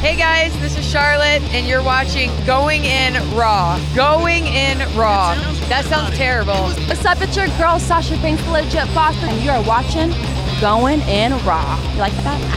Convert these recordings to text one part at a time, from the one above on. Hey guys, this is Charlotte, and you're watching Going In Raw. Going In Raw. That sounds terrible. What's up? It's your girl Sasha Banks, the legit boss, and you are watching Going in Raw. You like that?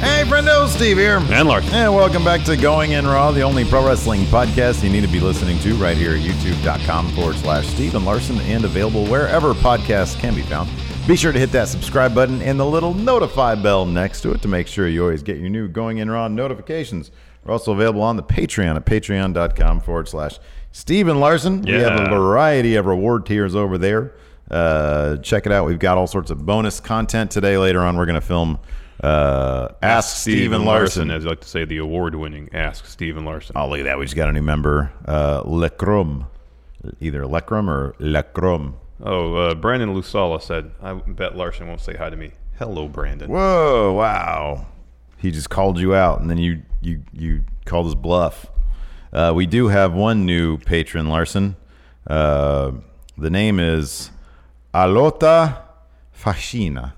Hey, friendo, Steve here. And Lark. And welcome back to Going In Raw, the only pro wrestling podcast you need to be listening to right here at youtube.com forward slash Steven Larson and available wherever podcasts can be found. Be sure to hit that subscribe button and the little notify bell next to it to make sure you always get your new Going In Raw notifications. We're also available on the Patreon at patreon.com forward slash Steven Larson. We have a Yeah. variety of reward tiers over there. Uh, check it out. We've got all sorts of bonus content today. Later on, we're going to film uh, Ask Steven Larson. as I like to say, the award-winning Ask Steven Larson. Oh, look at that. We just got a new member, uh, Lecrum. Either Lecrum or Lecrum. Oh, uh, Brandon Lusala said, "I bet Larson won't say hi to me." Hello, Brandon. Whoa, wow. He just called you out, and then you you you called his bluff. Uh, we do have one new patron, Larson. Uh, the name is Alota Fascina.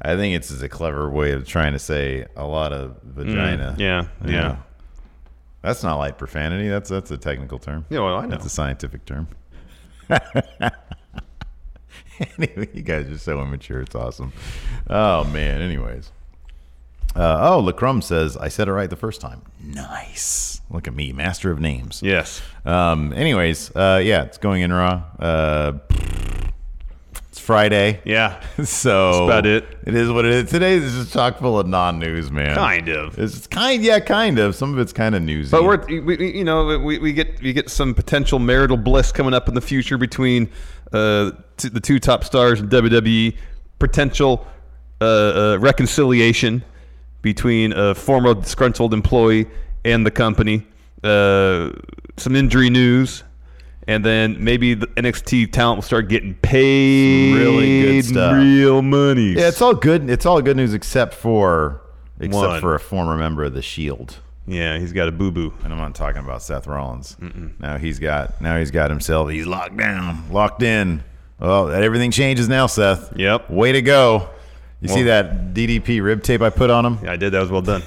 I think it's just a clever way of trying to say a lot of vagina. Mm, yeah, yeah. That's not light profanity. That's that's a technical term. Yeah, well, I know. That's a scientific term. anyway, you guys are so immature. It's awesome. Oh man. Anyways. Uh, oh, Lacrum says I said it right the first time. Nice. Look at me, master of names. Yes. Um. Anyways. Uh. Yeah. It's going in raw. Uh. It's Friday. Yeah. So That's about it. It is what it is. Today is just chock full of non-news, man. Kind of. It's kind. Yeah. Kind of. Some of it's kind of newsy. But we're we, we- you know we, we get we get some potential marital bliss coming up in the future between uh, t- the two top stars in WWE, potential uh, uh, reconciliation between a former disgruntled employee and the company, uh, some injury news, and then maybe the NXT talent will start getting paid Really good stuff. real money. Yeah, it's all good. It's all good news except for except One. for a former member of the Shield, yeah, he's got a boo boo. and I'm not talking about Seth Rollins. Now he's got now he's got himself. He's locked down, locked in. Well, that everything changes now, Seth. Yep. Way to go. You see that DDP rib tape I put on him? Yeah, I did. That was well done.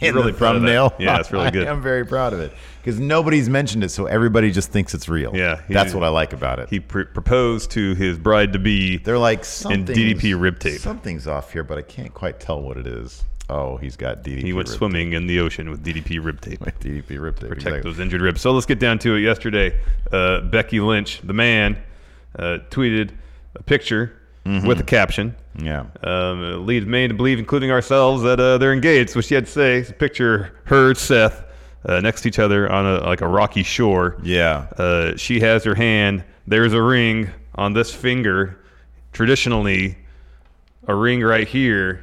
in really the proud of that. thumbnail. Yeah, it's really good. I am very proud of it because nobody's mentioned it, so everybody just thinks it's real. Yeah, he- that's what I like about it. He pr- proposed to his bride to be. They're like something. DDP rib tape. Something's off here, but I can't quite tell what it is. Oh, he's got DDP. He went rib swimming in the ocean with DDP rib tape. Tape. DDP rib tape. Protect exactly. those injured ribs. So let's get down to it. Yesterday, uh, Becky Lynch, the man, uh, tweeted a picture with a caption. Yeah. Um, it leads many to believe, including ourselves, that uh, they're engaged. Which she had to say, it's a picture her Seth uh, next to each other on a like a rocky shore. Yeah. Uh, she has her hand. There's a ring on this finger. Traditionally, a ring right here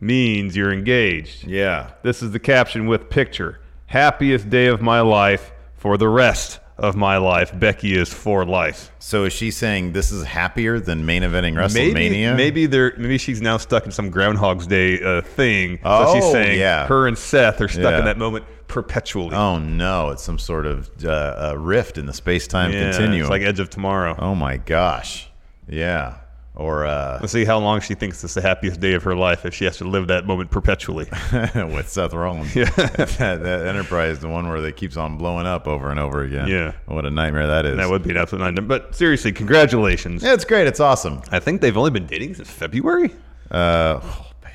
means you're engaged. yeah. This is the caption with picture. Happiest day of my life for the rest of my life. Becky is for life. So is she saying this is happier than main eventing WrestleMania? Maybe, maybe they're maybe she's now stuck in some Groundhog's Day uh, thing. so Oh, she's saying yeah. her and Seth are stuck Yeah. in that moment. perpetually. Oh no, it's some sort of uh, uh, rift in the space time Yeah, continuum. It's like Edge of Tomorrow. oh my gosh, yeah. Or uh, Let's see how long she thinks it's the happiest day of her life if she has to live that moment perpetually. with Seth Rollins, yeah. that, that Enterprise, the one where they keeps on blowing up over and over again. Yeah. what a nightmare that is. that would be an absolute nightmare. But seriously, congratulations. yeah, it's great. It's awesome. I think they've only been dating since February. Uh, oh man,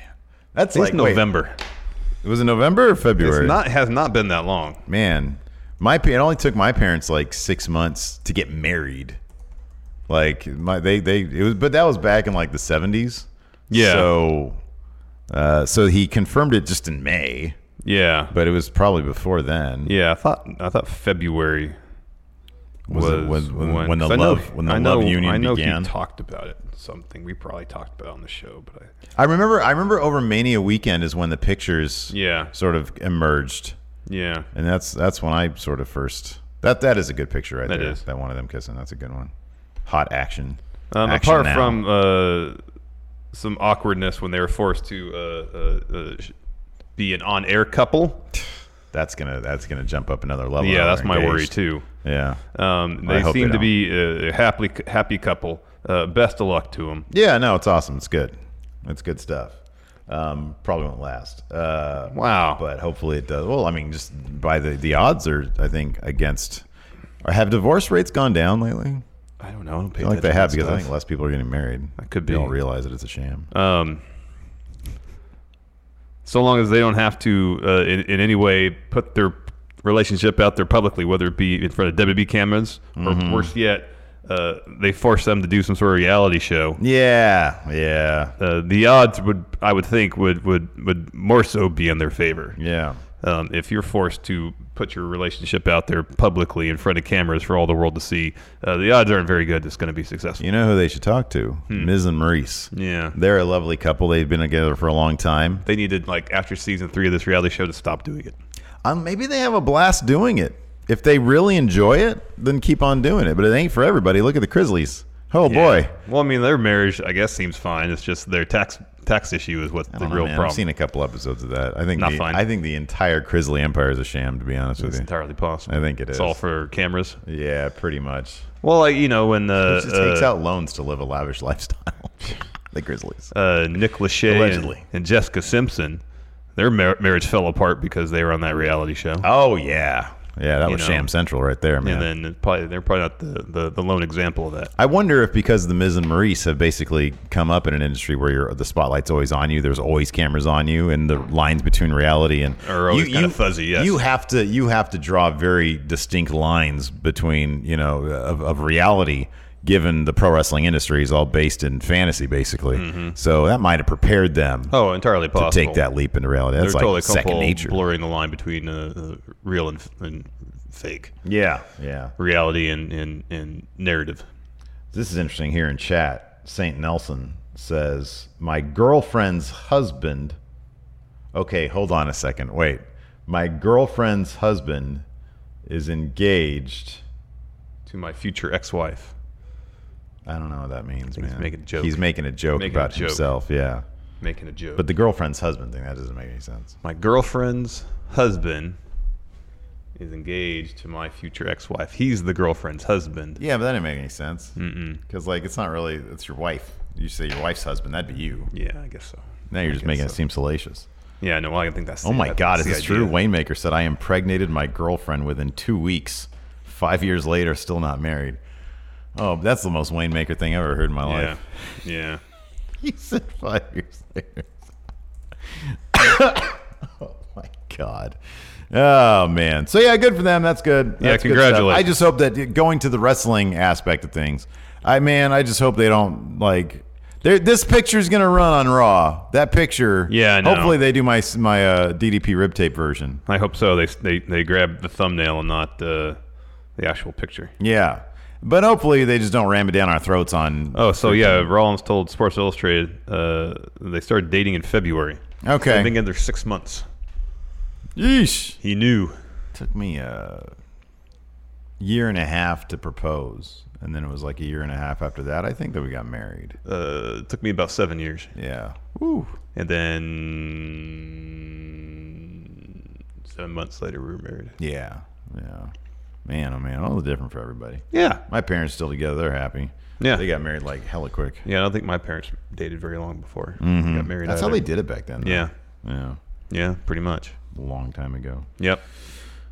that's It's like wait, November. it was in November or February. It's not has not been that long. man. My pa- it only took my parents like six months to get married. Like my they they it was, but that was back in like the seventies. Yeah. So, uh, so he confirmed it just in May, Yeah. but it was probably before then. Yeah, I thought I thought February Was was, it when- when- when, when the 'cause I know- love- when the I know- love union I know began? He talked about it. Something we probably talked about on the show, but I, I remember. I remember over Mania weekend is when the pictures Yeah. sort of emerged, yeah, and that's that's when I sort of first that that is a good picture right That there. is. That one of them kissing. That's a good one. Hot action. Um, Action apart now. from uh, some awkwardness when they were forced to uh, uh, uh, sh- be an on-air couple. that's gonna that's gonna jump up another level. yeah, now that's we're my worry engaged. too. Yeah. Um, I they hope they seem to don't. be uh, a a happily happy couple. Uh, best of luck to them. yeah. No, it's awesome. It's good. It's good stuff. Um, probably won't last. Uh, Wow. but hopefully it does. Well, I mean, just by the the odds are, I think, against. Or have divorce rates gone down lately? I don't know. I don't I pay feel like they have because I attention think to less people are getting married. That could They don't be. realize that it's a sham. stuff. Um, so long as they don't have to uh, in, in any way put their relationship out there publicly, whether it be in front of WB cameras Mm-hmm. or worse yet, uh, they force them to do some sort of reality show. yeah, yeah, uh, the odds would I would think would would would more so be in their favor. yeah. Um, if you're forced to put your relationship out there publicly in front of cameras for all the world to see, uh, the odds aren't very good. It's going to be successful. You know who they should talk to? Ms. and Maurice. Hmm. Yeah. They're a lovely couple. They've been together for a long time. They needed like after season three of this reality show to stop doing it. Um, maybe they have a blast doing it. If they really enjoy it, then keep on doing it. But it ain't for everybody. Look at the Grizzlies. Oh boy. Well, I mean, their marriage I guess seems fine. It's just their tax tax issue is what's I the don't know, real man. problem. I've seen a couple episodes of that. I think Not the, fine. I think the entire Grizzly Empire is a sham, to be honest with it's you. entirely possible. I think it it's is. all for cameras. yeah, pretty much. Well, like you know when It uh, just takes uh, out loans to live a lavish lifestyle. the Grizzlies. uh, Nick Lachey Allegedly. And, and Jessica Simpson, their mar- marriage fell apart because they were on that reality show. Oh yeah, yeah. That You was know. Sham Central right there, man. And then it probably they're probably not the, the, the lone example of that. I wonder if because the Miz and Maurice have basically come up in an industry where you're, the spotlight's always on you, there's always cameras on you, and the lines between reality and Are always kinda fuzzy, yes. you have to you have to draw very distinct lines between you know of, of reality. Given the pro wrestling industry is all based in fantasy, basically, so that might have prepared them Mm-hmm. Oh, entirely to possible. take that leap into reality. They're That's like totally second comfortable nature. blurring the line between uh, uh, real and, f- and fake Yeah, yeah. reality and, and, and narrative. This is interesting here in chat. St. Nelson says, My girlfriend's husband. Okay, hold on a second. Wait. My girlfriend's husband is engaged. To my future ex-wife, I don't know what that means, think man. he's making a joke. He's making a joke Making a about joke. himself, yeah. making a joke. But the girlfriend's husband thing, that doesn't make any sense. my girlfriend's husband is engaged to my future ex-wife. He's the girlfriend's husband. Yeah, but that didn't make any sense. Because, like, it's not really, it's your wife. You say your wife's husband, that'd be you. Yeah, I guess so. Now you're just guess making it so. seem salacious. Yeah, no, well, I think that's. Oh my that's God, is the this idea. true? Waymaker said, I impregnated my girlfriend within two weeks. Five years later, still not married. Oh, that's the most Waymaker thing I've ever heard in my Yeah, life. yeah. He said five years later. oh my God. Oh man. So yeah, good for them. That's good. That's Yeah, good stuff. I congratulations. just hope that going to the wrestling aspect of things, I man, I just hope they don't like. they're- This picture's gonna run on Raw. That picture. Yeah, I know. Hopefully they do my my uh, DDP rib tape version. I hope so. They they they grab the thumbnail and not the the actual picture. Yeah, but hopefully they just don't ram it down our throats on. Oh, so yeah, Rollins told Sports Illustrated uh, they started dating in February. Okay. They've been together six months. Yeesh. He knew. took me a year and a half to propose, and then it was like a year and a half after that. I think that we got married. Uh, it took me about seven years, Yeah. and then Seven months later, we were married. Yeah. Yeah. Man, oh man, all the different for everybody. Yeah. My parents still together. They're happy. Yeah. They got married like hella quick. Yeah, I don't think my parents dated very long before we got married. Mm-hmm. That's how either. they did it back then. though. Yeah. Yeah. Yeah, pretty much. A long time ago. Yep.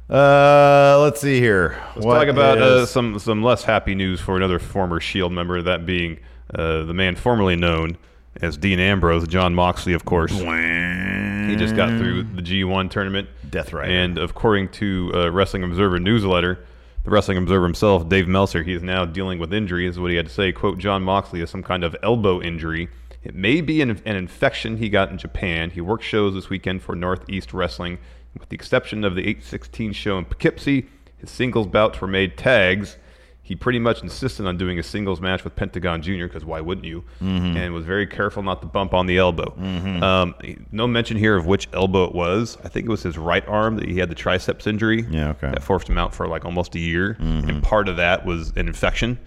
Uh, let's see here. Let's talk about uh, some some less happy news for another former Shield E member, that being uh, the man formerly known as Dean Ambrose, John Moxley, of course. He just got through the G1 tournament. Mm. Death Rider. And according to uh, Wrestling Observer newsletter, the Wrestling Observer himself, Dave Meltzer, he is now dealing with injury. Is what he had to say. Quote: John Moxley has some kind of elbow injury. It may be an, an infection he got in Japan. He worked shows this weekend for Northeast Wrestling. With the exception of the 816 show in Poughkeepsie, his singles bouts were made tags. He pretty much insisted on doing a singles match with Pentagon Jr. because why wouldn't you? Mm-hmm. And was very careful not to bump on the elbow. Um, no mention here of which elbow it was. I think it was his right arm that he had the triceps injury. Yeah, okay. That forced him out for like almost a year, Mm-hmm. and part of that was an infection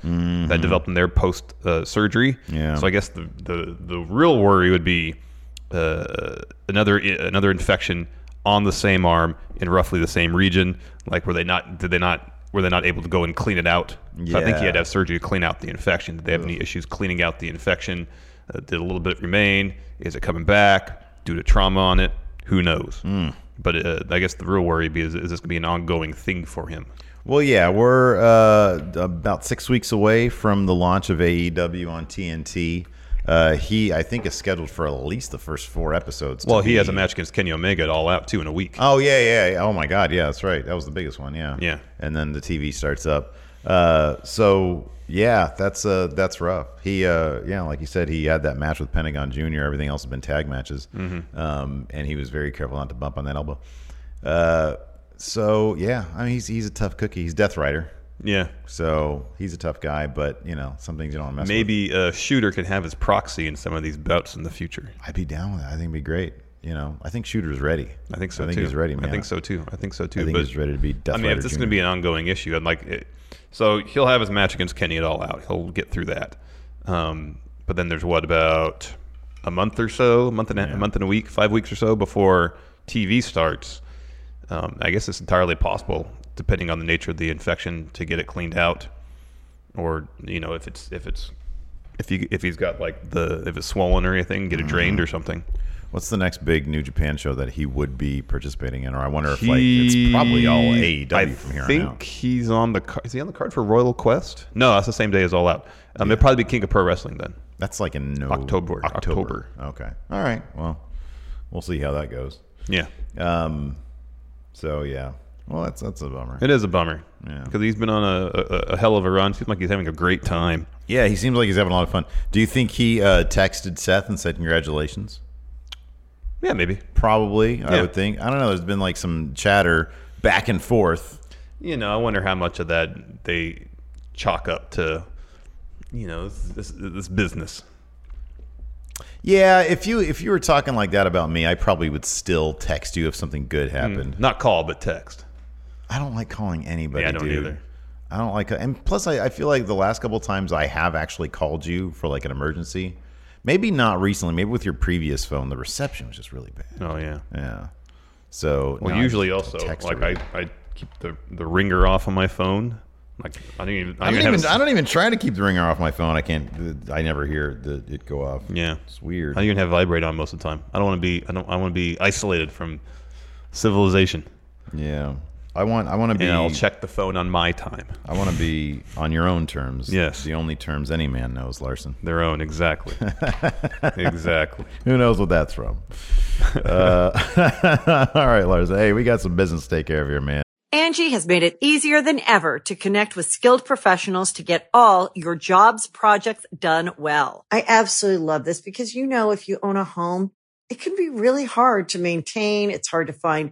that developed in there post uh, surgery. Yeah. So I guess the the, the real worry would be uh, another another infection on the same arm in roughly the same region. Like, were they not? Did they not? Were they not able to go and clean it out? So I think he Yeah. had to have surgery to clean out the infection. Did they have any issues cleaning out the infection? Uh, did a little bit remain? Is it coming back due to trauma on it? Who knows? Hmm. But uh, I guess the real worry be is, is this going to be an ongoing thing for him? Well, yeah, we're uh, about six weeks away from the launch of AEW on TNT. Uh, he, I think, is scheduled for at least the first four episodes. to Well, he be- has a match against Kenny Omega at All Out too in a week. Oh yeah, yeah, yeah. Oh my God, yeah, that's right. That was the biggest one. Yeah, Yeah. And then the TV starts up. Uh, so yeah, that's uh, that's rough. He, uh, yeah, like you said, he had that match with Pentagon Junior. Everything else has been tag matches, Mm-hmm. um, and he was very careful not to bump on that elbow. Uh, so yeah, I mean, he's he's a tough cookie. He's Death Rider. yeah. So he's a tough guy, but you know, some things you don't wanna mess with. Maybe uh, Shooter can have his proxy in some of these bouts in the future. I'd be down with it. I think it'd be great. You know, I think Shooter's ready. I think so I think too. he's ready, man. I think so too. I think so too. I think but, he's ready to be Death I mean, Rider if this is Jr.. going to be an ongoing issue, and like, it, so he'll have his match against Kenny at All Out. He'll get through that. Um, but then there's what about a month or so, a month and a, a month and a week, five weeks or so before TV starts. Um, I guess it's entirely possible, depending on the nature of the infection, to get it cleaned out, or you know, if it's if it's if he if he's got like the if it's swollen or anything, get it drained Mm-hmm. or something. What's the next big New Japan show that he would be participating in? Or I wonder if like He- it's probably all AEW I from here think on out. he's on the card. Is he on the card for Royal Quest? No, that's the same day as All Out. Um, It'd probably be King of Pro Wrestling then. That's like in no- October, October. Okay. All right. Well, we'll see how that goes. Yeah, Um. So yeah. Well, that's that's a bummer. it is a bummer Yeah. because he's been on a, a, a hell of a run. Seems like he's having a great time. Yeah, he seems like he's having a lot of fun. Do you think he uh, texted Seth and said congratulations? Yeah, maybe. Probably, I Yeah. would think. I don't know. There's been like some chatter back and forth. You know, I wonder how much of that they chalk up to, you know, this, this, this business. Yeah, if you if you were talking like that about me, I probably would still text you if something good Hmm. happened. Not call, but text. I don't like calling anybody. Yeah, I don't dude. either. I don't like, and plus, I, I feel like the last couple times I have actually called you for like an emergency. Maybe not recently. Maybe with your previous phone, the reception was just really bad. Oh yeah. Yeah. So Well, no, I usually just also text like her. I, I keep the the ringer off on my phone. Like I don't even I, I don't don't, have even, a- I don't even try to keep the ringer off my phone. I can't. I never hear the, it go off. Yeah, it's weird. I don't even have vibrate on most of the time. I don't want to be. I don't. I want to be isolated from civilization. yeah, I want. I want to be. And I'll check the phone on my time. I want to be on your own terms. Yes. the only terms any man knows, Larson. Their own, exactly. exactly. Who knows what that's from? uh, all right, Larson. Hey, we got some business to take care of here, man. Angie has made it easier than ever to connect with skilled professionals to get all your jobs projects done well. I absolutely love this because, you know, if you own a home, it can be really hard to maintain. It's hard to find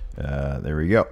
Uh, there we go.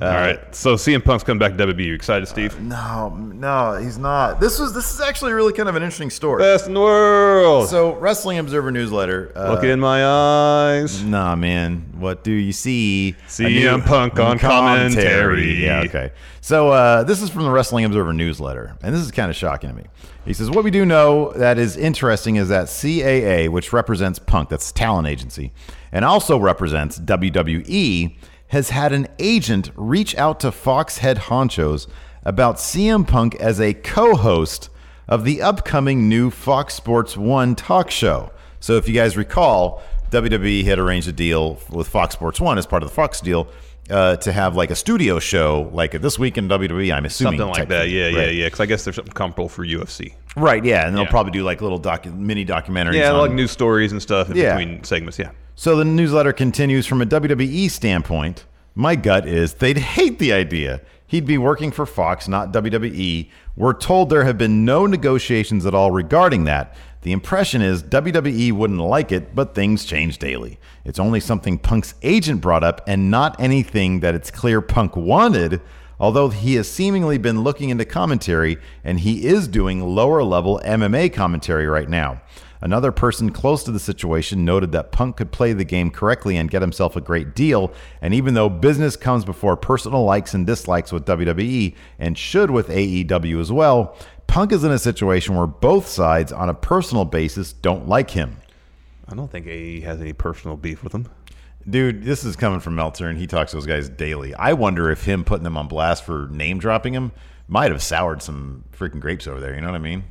Uh, All right. Uh, So CM Punk's coming back to WWE. You excited, Steve? No, no, he's not. This was this is actually really kind of an interesting story. Best in the world. so, Wrestling Observer newsletter. Uh, Look in my eyes. Nah, man. What do you see? CM A new- Punk on commentary. Yeah, okay. So uh, this is from the Wrestling Observer newsletter, and this is kind of shocking to me. He says, "What we do know that is interesting is that CAA, which represents Punk, that's the talent agency, and also represents WWE, has had an agent reach out to Fox head honchos about CM Punk as a co-host." of the upcoming new Fox Sports One talk show. So, if you guys recall, WWE had arranged a deal with Fox Sports One as part of the Fox deal uh, to have like a studio show, like this week in WWE. I'm assuming Something like type that. thing, Yeah, yeah, right? yeah. Because I guess there's something comparable for UFC. Right, yeah, and they'll Yeah. probably do like little docu- mini documentaries. Yeah, on- like news stories and stuff in Yeah. between segments. Yeah. So the newsletter continues from a WWE standpoint. My gut is they'd hate the idea. He'd be working for Fox, not WWE. We're told there have been no negotiations at all regarding that. The impression is WWE wouldn't like it, but things change daily. It's only something Punk's agent brought up and not anything that it's clear Punk wanted, although he has seemingly been looking into commentary and he is doing lower level MMA commentary right now. Another person close to the situation noted that Punk could play the game correctly and get himself a great deal. And even though business comes before personal likes and dislikes with WWE and should with AEW as well, Punk is in a situation where both sides, on a personal basis, don't like him. I don't think AE has any personal beef with him. Dude, this is coming from Meltzer, and he talks to those guys daily. I wonder if him putting them on blast for name dropping him might have soured some freaking grapes over there. You know what I mean?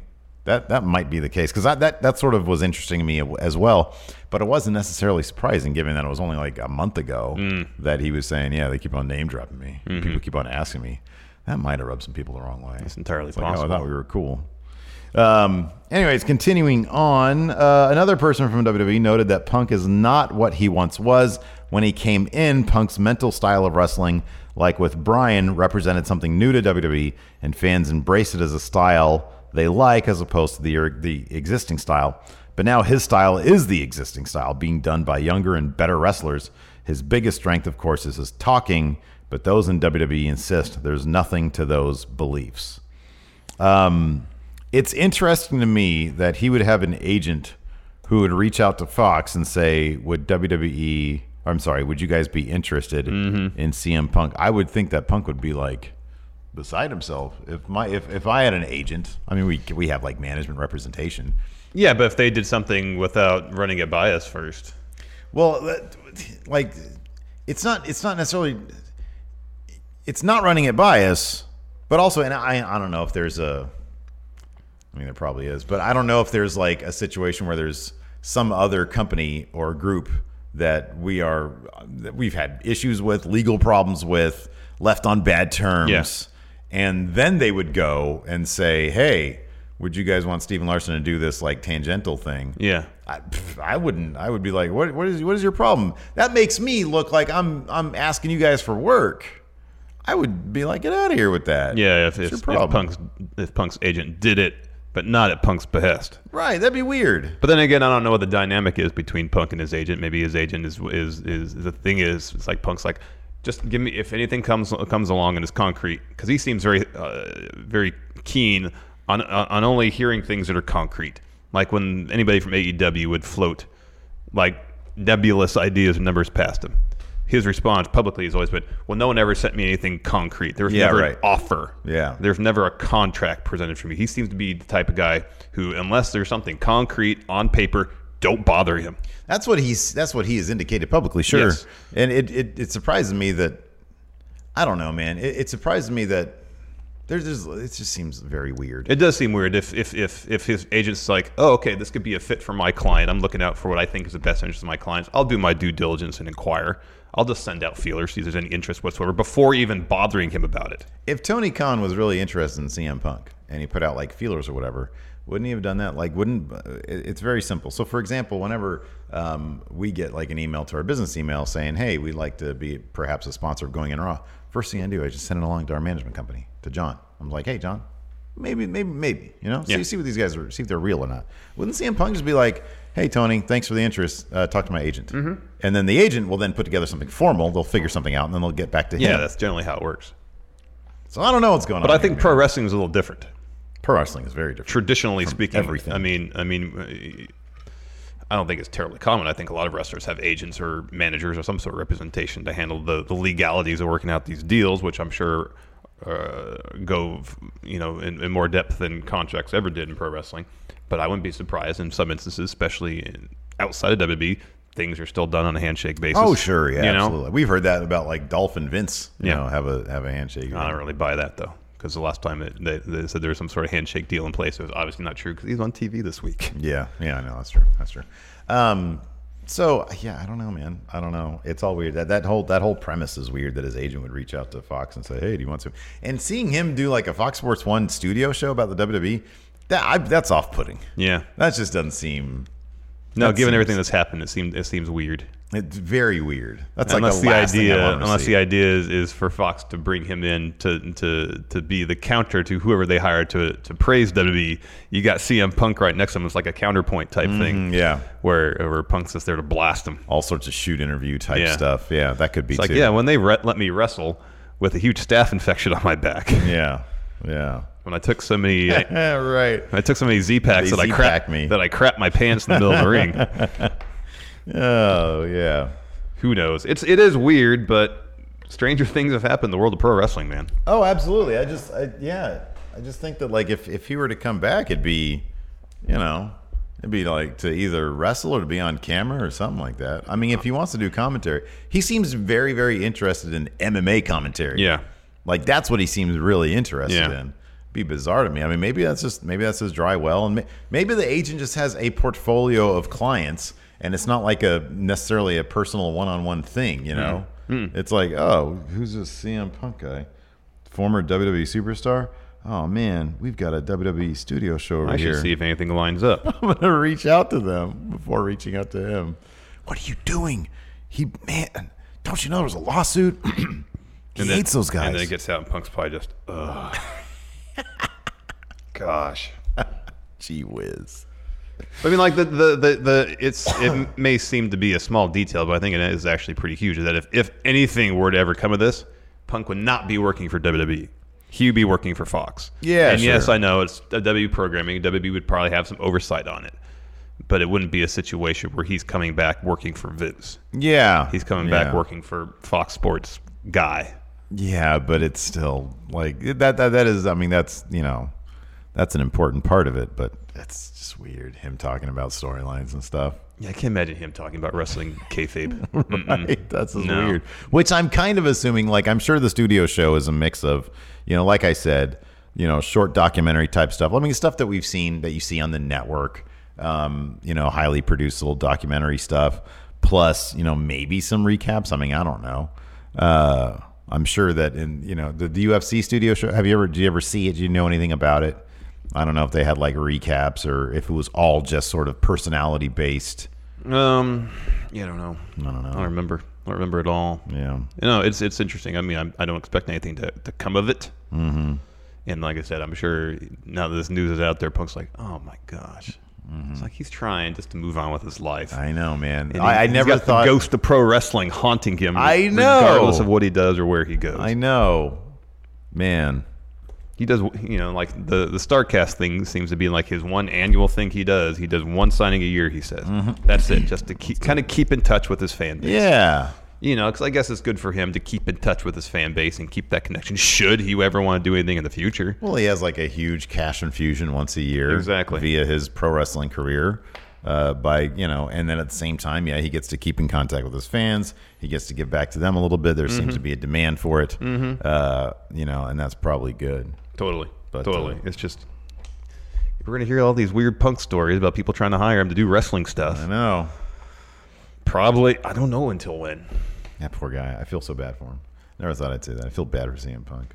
That that might be the case because that, that that sort of was interesting to me as well, but it wasn't necessarily surprising given that it was only like a month ago Mm. that he was saying, "Yeah, they keep on name dropping me. Mm-hmm. People keep on asking me." That might have rubbed some people the wrong way. It's entirely like, possible. oh, I thought we were cool. Um, anyways, continuing on, uh, another person from WWE noted that Punk is not what he once was. When he came in, Punk's mental style of wrestling, like with Bryan, represented something new to WWE, and fans embrace it as a style they like as opposed to the, er, the existing style. But now his style is the existing style, being done by younger and better wrestlers. His biggest strength, of course, is his talking, but those in WWE insist there's nothing to those beliefs. Um, it's interesting to me that he would have an agent who would reach out to Fox and say, "Would WWE? I'm sorry, would you guys be interested in CM Punk?" I would think that Punk would be like beside himself if my if, if I had an agent. I mean, we we have like management representation. Yeah, but if they did something without running it by us first. Well, that- like it's not it's not necessarily it's not running it by us, but also and I I don't know if there's a I mean there probably is, but I don't know if there's like a situation where there's some other company or group that we are that we've had issues with, legal problems with, left on bad terms. Yeah. And then they would go and say, "Hey, would you guys want Steven Larson to do this like tangential thing?" Yeah. I, pff, I wouldn't. I would be like, what, what is what is your problem? That makes me look like I'm I'm asking you guys for work. I would be like, get out of here with that. Yeah, if, It's if, if Punk's if Punk's agent did it, but not at Punk's behest. right, that'd be weird. But then again, I don't know what the dynamic is between Punk and his agent. Maybe his agent is is is the thing is it's like Punk's like, just give me if anything comes comes along and is concrete because he seems very uh, very keen on on only hearing things that are concrete. Like when anybody from AEW would float like nebulous ideas and numbers past him. His response publicly has always been, "Well, no one ever sent me anything concrete. There was Yeah, never right. an offer. Yeah. There's never a contract presented for me. He seems to be the type of guy who, unless there's something concrete on paper, don't bother him. That's what he's that's what he has indicated publicly. Sure, Yes. and it, it it surprises me that I don't know, man. It, it surprises me that there's just it just seems very weird. It does seem weird if if if if his agent's like, oh, okay, this could be a fit for my client. I'm looking out for what I think is the best interest of my clients. I'll do my due diligence and inquire. I'll just send out feelers, see if there's any interest whatsoever, before even bothering him about it. If Tony Khan was really interested in CM Punk and he put out like feelers or whatever, wouldn't he have done that? Like, wouldn't uh, it- it's very simple. So, for example, whenever um, we get like an email to our business email saying, "Hey, we'd like to be perhaps a sponsor of Going in Raw," first thing I do, I just send it along to our management company to John. I'm like, "Hey, John, maybe, maybe, maybe," you know. So Yeah. you see what these guys are, see if they're real or not. Wouldn't CM Punk just be like? Hey Tony, thanks for the interest. Uh, talk to my agent, Mm-hmm. and then the agent will then put together something formal. They'll figure something out, and then they'll get back to him. Yeah, that's generally how it works. So I don't know what's going But on. I think here, man. pro wrestling is a little different. pro wrestling is very different. Traditionally speaking, everything. I mean, I mean, uh, I don't think it's terribly common. I think a lot of wrestlers have agents or managers or some sort of representation to handle the, the legalities of working out these deals, which I'm sure uh, go f- you know in, in more depth than contracts ever did in pro wrestling. But I wouldn't be surprised in some instances, especially in, outside of WWE, things are still done on a handshake basis. Oh sure, yeah, you know? absolutely. We've heard that about like Dolphin Vince. You Yeah. know, have a have a handshake. I don't really buy that though, because the last time it, they, they said there was some sort of handshake deal in place, it was obviously not true because he's on TV this week. Yeah, yeah, I know that's true. That's true. Um, so yeah, I don't know, man. I don't know. It's all weird. That that whole that whole premise is weird. That his agent would reach out to Fox and say, "Hey, do you want to?" And seeing him do like a Fox Sports One studio show about the WWE, that I, that's off putting. Yeah. That just doesn't seem. No, That given seems- everything that's happened, it seems it seems weird. It's very weird. That's unless like the, the, last idea, Thing I wanna unless see. the idea is, is for Fox to bring him in to to to be the counter to whoever they hire to to praise WWE. You got CM Punk right next to him. It's like a counterpoint type Mm-hmm. thing. yeah. Where where Punk's just there to blast him. all sorts of shoot interview type Yeah. stuff. Yeah, that could be It's like too. yeah, when they re- let me wrestle with a huge staph infection on my back, yeah, yeah. when I took so many Yeah, right. I took so many Z packs They that I crap Z-pack me. that I crap my pants in the middle of the ring. Oh yeah. Who knows? It's it is weird, but stranger things have happened in the world of pro wrestling, man. Oh, absolutely. I just, I, yeah, I just think that like if if he were to come back, it'd be, you know, it'd be like to either wrestle or to be on camera or something like that. I mean, if he wants to do commentary, he seems very very interested in MMA commentary. Yeah. like that's what he seems really interested Yeah. in. Be bizarre to me. I mean, maybe that's just maybe that's his dry well, and may, maybe the agent just has a portfolio of clients, and it's not like a necessarily a personal one-on-one thing. You know, Hmm. it's like, oh, who's this CM Punk guy? Former WWE superstar. Oh man, we've got a WWE studio show over I here. should see if anything lines up. I'm gonna reach out to them before reaching out to him. What are you doing? He man, don't you know there was a lawsuit? he then- hates those guys. And then it gets out, and Punk's probably just, uh, ugh. Gosh. Gee whiz. I mean, like the the the, the it's it may seem to be a small detail, but I think it is actually pretty huge. That if if anything were to ever come of this, Punk would not be working for WWE. He would be working for Fox. Yeah, and yes, sure. I know it's WWE programming. WWE would probably have some oversight on it, but it wouldn't be a situation where he's coming back working for Vince. Yeah, He's coming back Yeah. working for Fox Sports guy. Yeah, but it's still like that. That that is. I mean, that's you know, that's an important part of it. But that's just weird. Him talking about storylines and stuff. Yeah, I can't imagine him talking about wrestling kayfabe. Right? That's just No. weird. Which I'm kind of assuming. Like, I'm sure the studio show is a mix of, you know, like I said, you know, short documentary type stuff. I mean, stuff that we've seen that you see on the network. Um, you know, highly produced little documentary stuff. Plus, you know, maybe some recaps. I mean, I don't know. Uh, I'm sure that in you know the, the UFC studio show. Have you ever? Do you ever see it? Do you know anything about it? I don't know if they had like recaps or if it was all just sort of personality based. Um, yeah, I don't know. I don't know. I don't remember. I don't remember at all. Yeah. No, it's it's interesting. I mean, I'm, I don't expect anything to, to come of it. Mm-hmm. And like I said, I'm sure now that this news is out there, Punk's like, oh my gosh. It's like he's trying just to move on with his life. Mm-hmm. I know, man. And he- I, I he's never got the thought ghost of pro wrestling haunting him. I regardless know. of what he does or where he goes. I know, man. he does you know like the the starcast thing seems to be like his one annual thing he does he does one signing a year he says Mm-hmm. that's it just to keep kind of keep in touch with his fan base Yeah, you know because i guess it's good for him to keep in touch with his fan base and keep that connection should he ever want to do anything in the future well, he has like a huge cash infusion once a year, Exactly. via his pro wrestling career. Uh, by you know, and then at the same time, yeah, he gets to keep in contact with his fans. He gets to give back to them a little bit. There seems to be a demand for it, uh, you know, and that's probably good. totally But, totally uh, it's just we're gonna hear all these weird punk stories about people Uh, trying to hire him to do wrestling I stuff know. probably i don't know until when That poor guy. I feel so bad for him. Never thought I'd say that. I feel bad for CM Punk.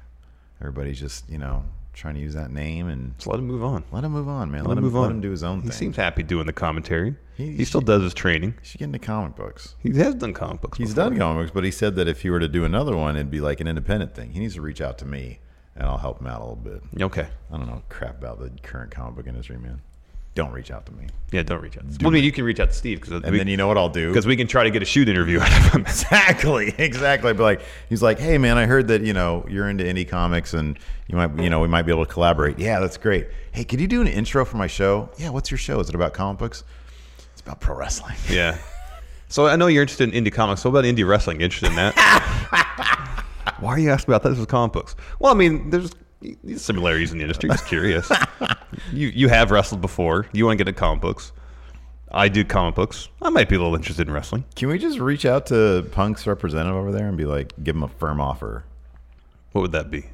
Everybody's just, you know, trying to use that name and Just let him move on. let him move on, man. Let, him him, move let on. him do his own He thing. seems happy doing the commentary. He, He- still does his training. he should get into comic books. He has done comic books. He's before. done comic books, but he said that if he were to do another one, it'd be like an independent thing. He needs to reach out to me, and I'll help him out a little bit. Okay. I don't know crap about the current comic book industry, man. Don't reach out to me. Yeah, don't reach out. To Steve. Well, I mean, you can reach out to Steve because And then you know what I'll do? because we can try to get a shoot interview out of him. exactly, exactly. But like, he's like, "Hey, man, I heard that you know you're into indie comics, and you might, you know, we might be able to collaborate." Yeah, that's great. Hey, could you do an intro for my show? Yeah, what's your show? Is it about comic books? It's about pro wrestling. yeah. So I know you're interested in indie comics. What about indie wrestling? You interested in that? Why are you asking about that? This is comic books. Well, I mean, there's similarities in the industry. Just curious. you you have wrestled before. You want to get into comic books. I do comic books. I might be a little interested in wrestling. Can we just reach out to Punk's representative over there and be like, give him a firm offer? What would that be?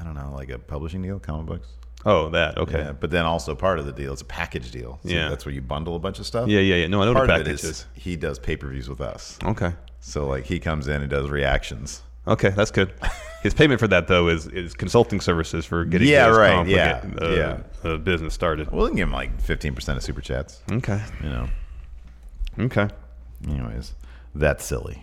I don't know, like a publishing deal, comic books. Oh, that. Okay. Yeah, but then also part of the deal is a package deal. So Yeah. that's where you bundle a bunch of stuff. Yeah, yeah, yeah. No, I know what Part a of it package is is. he does pay per views with us. Okay. So like he comes in and does reactions. Okay, that's good. His payment for that though is is consulting services for getting Yeah, his right, comp or yeah, get, uh, yeah. uh, business started. Hmm. Well, we can give him like fifteen percent of super chats. Okay, You know. okay. Anyways, that's silly.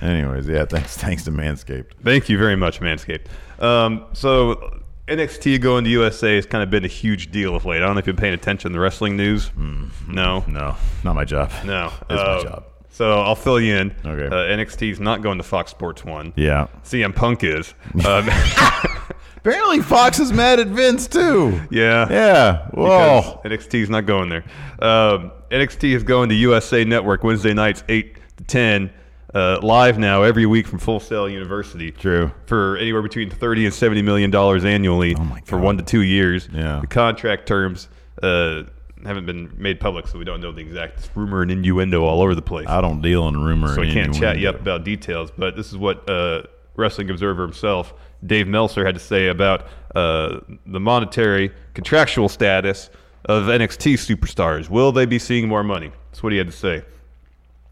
Anyways, yeah, thanks thanks to Manscaped. Thank you very much, Manscaped. Um, so NXT going to USA has kind of been a huge deal of late. I don't know if you've been paying attention to the wrestling news. No, Mm-hmm. No, not my job. no, Uh, It's my job. So I'll fill you in. Okay. Uh, NXT's not going to Fox Sports One. Yeah. CM Punk is. Um, Apparently Fox is mad at Vince too. yeah. Yeah. Whoa. because NXT is not going there. Um, NXT is going to USA Network Wednesday nights, 8 to 10, uh, live now every week from Full Sail University. True. For anywhere between 30 and $70 million annually Oh my for God. one to two years. Yeah. The contract terms uh, haven't been made public, so we don't know the exact it's rumor and innuendo all over the place. I don't deal in rumor. so I can't chat you up innuendo. about details, but this is what uh, Wrestling Observer himself, Dave Meltzer, had to say about uh, the monetary contractual status of NXT superstars. Will they be seeing more money? That's what he had to say.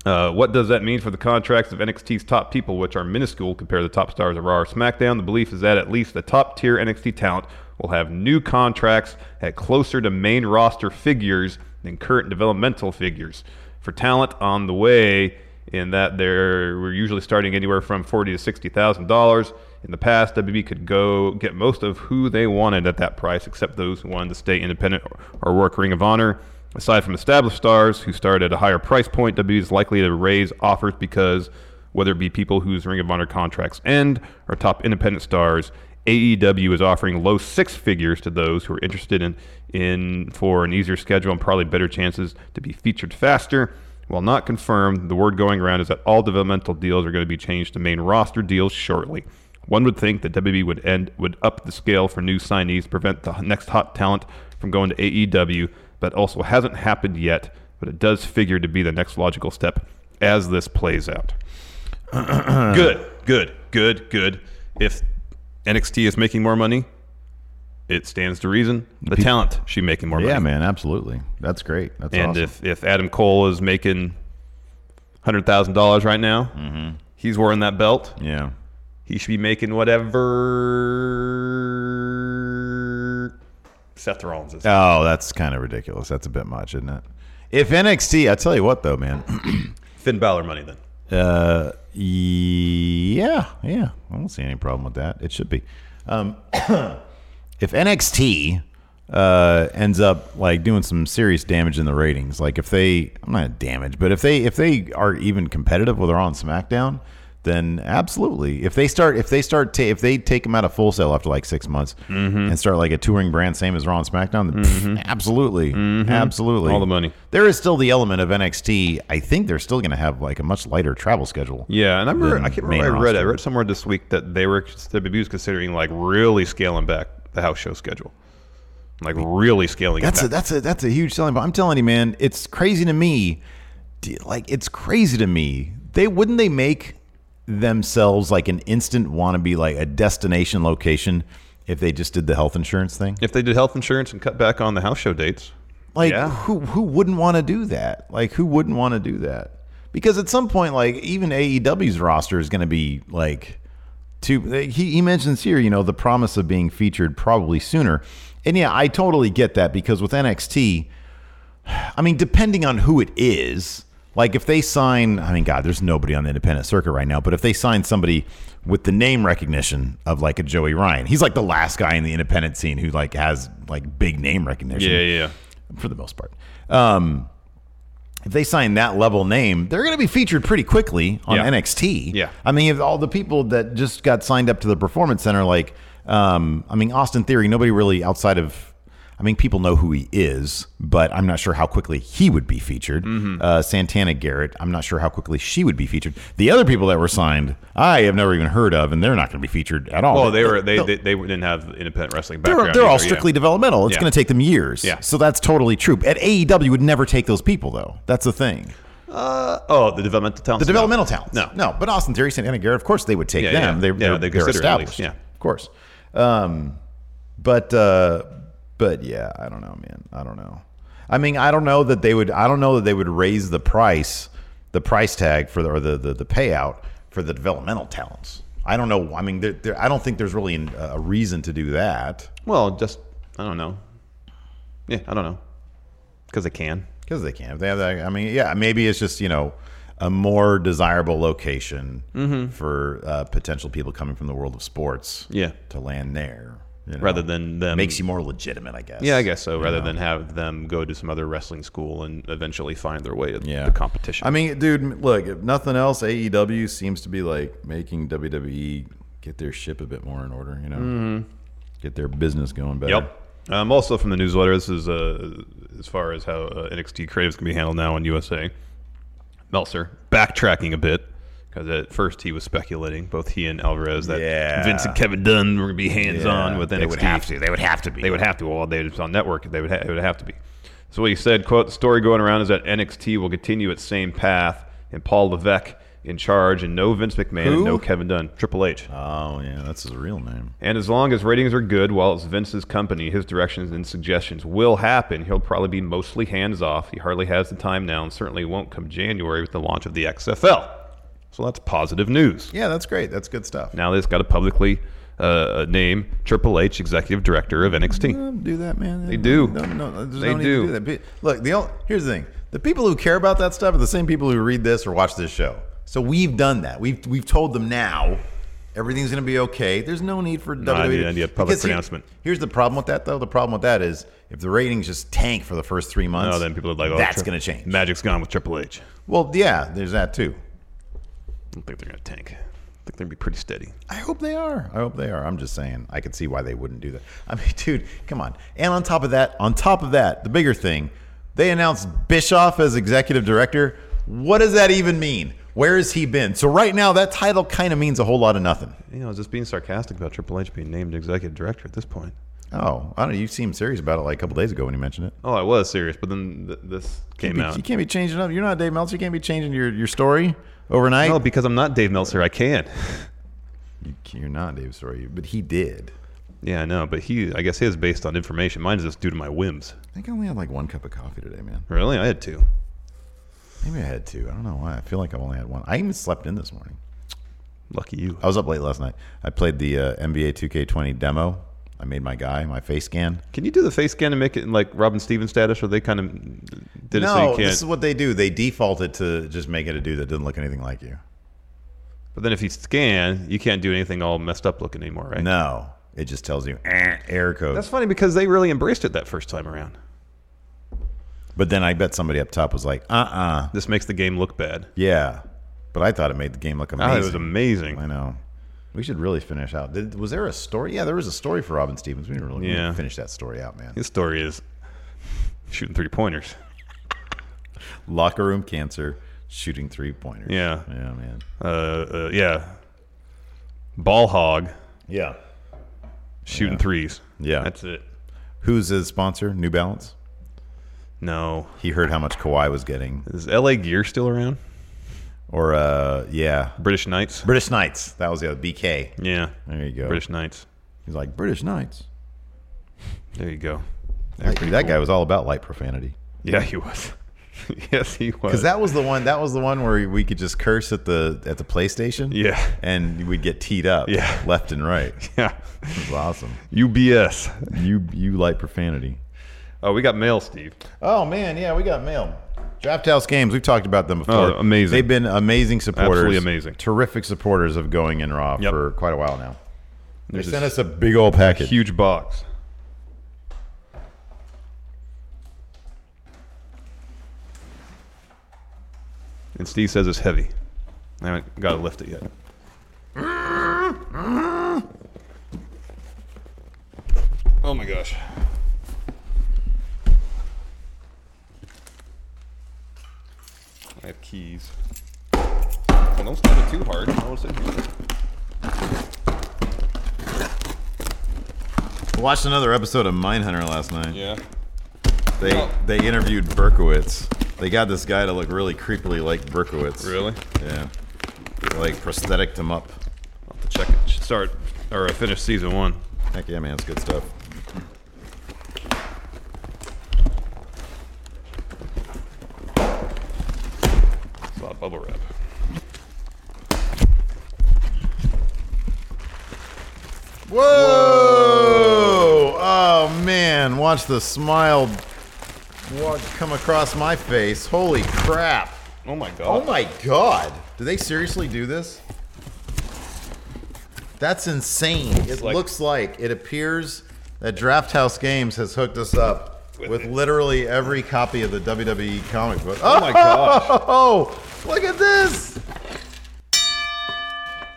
Uh, what does that mean for the contracts of NXT's top people, which are minuscule compared to the top stars of Raw or SmackDown? The belief is that at least the top tier NXT talent will have new contracts at closer to main roster figures than current developmental figures. For talent on the way, in that they're we're usually starting anywhere from forty to sixty thousand dollars. In the past, WB could go get most of who they wanted at that price, except those who wanted to stay independent or work Ring of Honor. Aside from established stars who start at a higher price point, WWE is likely to raise offers because whether it be people whose Ring of Honor contracts end or top independent stars, AEW is offering low six figures to those who are interested in, in for an easier schedule and probably better chances to be featured faster. While not confirmed, the word going around is that all developmental deals are going to be changed to main roster deals shortly. One would think that WWE would end would up the scale for new signees to prevent the next hot talent from going to AEW, but also hasn't happened yet. But it does figure to be the next logical step as this plays out. good, good, good, good. If NXT is making more money, it stands to reason the talent should be making more money. Yeah, man, absolutely. That's great. That's And awesome. if, if Adam Cole is making hundred thousand dollars right now, Mm-hmm. he's wearing that belt. yeah. He should be making whatever Seth Rollins is. Oh, that's kind of ridiculous. That's a bit much, isn't it? If NXT, I tell you what though, man. Finn Balor money then. Uh, yeah, yeah. I don't see any problem with that. It should be. Um, if NXT uh, ends up like doing some serious damage in the ratings, like if they, I'm not damage, but if they if they are even competitive with Raw and SmackDown, then absolutely. If they start, if they start, ta- if they take them out of full sale after like six months Mm-hmm. and start like a touring brand, same as Raw and SmackDown, then pff, absolutely, absolutely, Mm-hmm. All the money. There is still the element of NXT. I think they're still going to have like a much lighter travel schedule. Yeah, and I remember than I can't main remember where I read. it. I roster. read somewhere this week that they were WWE was considering like really scaling back the house show schedule, like really scaling. That's a, it back. that's a that's a huge selling point. I'm telling you, man, it's crazy to me. D- Like it's crazy to me. They wouldn't they make themselves like an instant wannabe like a destination location if they just did the health insurance thing? if they did health insurance and cut back on the house show dates. Like Yeah. who who wouldn't want to do that? Like who wouldn't want to do that? Because at some point, like even AEW's roster is going to be like to he, he mentions here, you know, the promise of being featured probably sooner. And yeah, I totally get that because with NXT, I mean, depending on who it is, like if they sign, I mean, God, there's nobody on the independent circuit right now, but if they sign somebody with the name recognition of like a Joey Ryan, he's like the last guy in the independent scene who like has like big name recognition Yeah, yeah. for the most part. Um, if they sign that level name, they're going to be featured pretty quickly on Yeah. NXT. Yeah. I mean, if all the people that just got signed up to the Performance Center, like, um, I mean, Austin Theory, nobody really outside of, I mean, people know who he is, but I'm not sure how quickly he would be featured. Mm-hmm. Uh, Santana Garrett, I'm not sure how quickly she would be featured. The other people that were signed, I have never even heard of, and they're not going to be featured at all. Well, Oh, they were they, They'll- they, they didn't have independent wrestling they're, background. they're all either, yeah. strictly developmental. It's Yeah. going to take them years. Yeah. So that's totally true. At AEW would never take those people though. That's the thing. Oh, the developmental talent. The developmental talents. No. no. But Austin Theory, Santana Garrett, of course they would take Yeah, them. yeah. They, Yeah, they're, they they are consider it at least, established. yeah. of course. Um, but uh, but yeah, I don't know, man. I don't know. I mean, I don't know that they would. I don't know that they would raise the price, the price tag for the or the the, the payout for the developmental talents. I don't know. I mean, there, there, I don't think there's really an, a reason to do that Well, just I don't know. Yeah, I don't know. Because they can. Because they can. If they have that, I mean, yeah, maybe it's just you know a more desirable location for uh, potential people coming from the world of sports. Mm-hmm. Yeah. to land there you know. Rather than them makes you more legitimate, I guess. Yeah, I guess so. Rather than have them go to some other wrestling school and eventually find their way to the competition. I mean, dude, look, if nothing else, AEW seems to be like making WWE get their ship a bit more in order. You know, Mm-hmm. get their business going better. Yep. Um, also from the newsletter, this is uh, as far as how uh, NXT creatives can be handled now in USA. Meltzer backtracking a bit because at first he was speculating, both he and Alvarez, that Yeah. Vince and Kevin Dunn were going to be hands on Yeah, with NXT. they would have to. They would have to be. They would have to. Well, they was on network. They would. Ha- it would have to be. So what he said, quote: "The story going around is that NXT will continue its same path, and Paul Levesque in charge, and no Vince McMahon, and no Kevin Dunn, Triple H." Oh yeah, that's his real name. And as long as ratings are good, while it's Vince's company, his directions and suggestions will happen. He'll probably be mostly hands off. He hardly has the time now, and certainly won't come January with the launch of the XFL. So that's positive news. Yeah, that's great. That's good stuff. Now they've got to publicly uh, name Triple H executive director of NXT. Let 'em do that, man. They do. No, no, no, there's They no need to do. do that. Be- Look, the only, here's the thing: the people who care about that stuff are the same people who read this or watch this show. So we've done that. We've we've told them now everything's going to be okay. There's no need for I WWE. need- I need a public Because here- pronouncement. here's the problem with that, though. The problem with that is if the ratings just tank for the first three months, Oh, then people are like, oh, that's Tri- going to change. Magic's gone with Triple H. well, yeah, there's that too. I don't think they're going to tank. I think they're going to be pretty steady. I hope they are. I hope they are. I'm just saying. I could see why they wouldn't do that. I mean, dude, come on. And on top of that, on top of that, the bigger thing, they announced Bischoff as executive director. What does that even mean? Where has he been? So right now, that title kind of means a whole lot of nothing. You know, I was just being sarcastic about Triple H being named executive director at this point. Oh, I don't know. You seemed serious about it like a couple days ago when you mentioned it. Oh, I was serious, but then th- this came you, out. you can't be changing up. You're not Dave Meltzer. You can't be changing your, your story overnight. No, because I'm not Dave Meltzer. I can. You, you're not Dave's story, but he did. Yeah, I know, but he, I guess, his based on information. Mine is just due to my whims. I think I only had like one cup of coffee today, man. Really, I had two. Maybe I had two. I don't know why. I feel like I've only had one. I even slept in this morning. Lucky you. I was up late last night. I played the uh, NBA 2K20 demo. I made my guy, my face scan. Can you do the face scan and make it in, like Robin Stevens status, or they kind of did it so you no, can't? this is what they do. They default it to just make it a dude that doesn't look anything like you. but then if you scan, you can't do anything all messed up looking anymore, right? No, it just tells you eh, error code. That's funny because they really embraced it that first time around. but then I bet somebody up top was like, uh uh This makes the game look bad. yeah. But I thought it made the game look I amazing. thought Oh, it was amazing. I know. We should really finish out. Did, was there a story? Yeah, there was a story for Robin Stevens. We didn't really we didn't Yeah. finish that story out, man. His story is shooting three pointers. Locker room cancer, shooting three pointers. Yeah. Yeah, man. Uh, uh, yeah. Ball hog Yeah. shooting threes. Yeah. That's it. Who's his sponsor? New Balance. No. He heard how much Kawhi was getting. Is LA Gear still around? Or, uh, yeah. British Knights? British Knights. That was the other. BK. Yeah. There you go. British Knights. He's like, British Knights. There you go. They're That, pretty that cool. guy was all about light profanity. Yeah, he was. yes, he was. Because that was the one. That was the one where we could just curse at the at the PlayStation. Yeah. and we'd get teed up. Yeah. left and right. Yeah. It was awesome. UBS. You you like profanity. Oh, we got mail, Steve. Oh man, yeah, we got mail. Draft House Games. We've talked about them before. Oh, amazing. They've been amazing supporters. Absolutely amazing. Terrific supporters of Going in Raw Yep. for quite a while now. They There's sent this us a big old package. huge box. And Steve says it's heavy. I haven't got to lift it yet. Oh my gosh. I have keys. And don't stab it too hard. Notice it. Watched another episode of Mindhunter last night. Yeah. They Oh. they interviewed Berkowitz. They got this guy to look really creepily like Berkowitz. Really? Yeah. They, like prosthetic him up. I'll have to check it. Should start or uh, finish season one. Heck yeah, man, it's good stuff. It's a lot of bubble wrap. Whoa! Oh man, watch the smile walk, come across my face. Holy crap! Oh my god. Oh my god! Do they seriously do this? That's insane. It like- looks like it appears that Draft House Games has hooked us up With with it. literally every copy of the WWE comic book. Oh my gosh. Oh, look at this!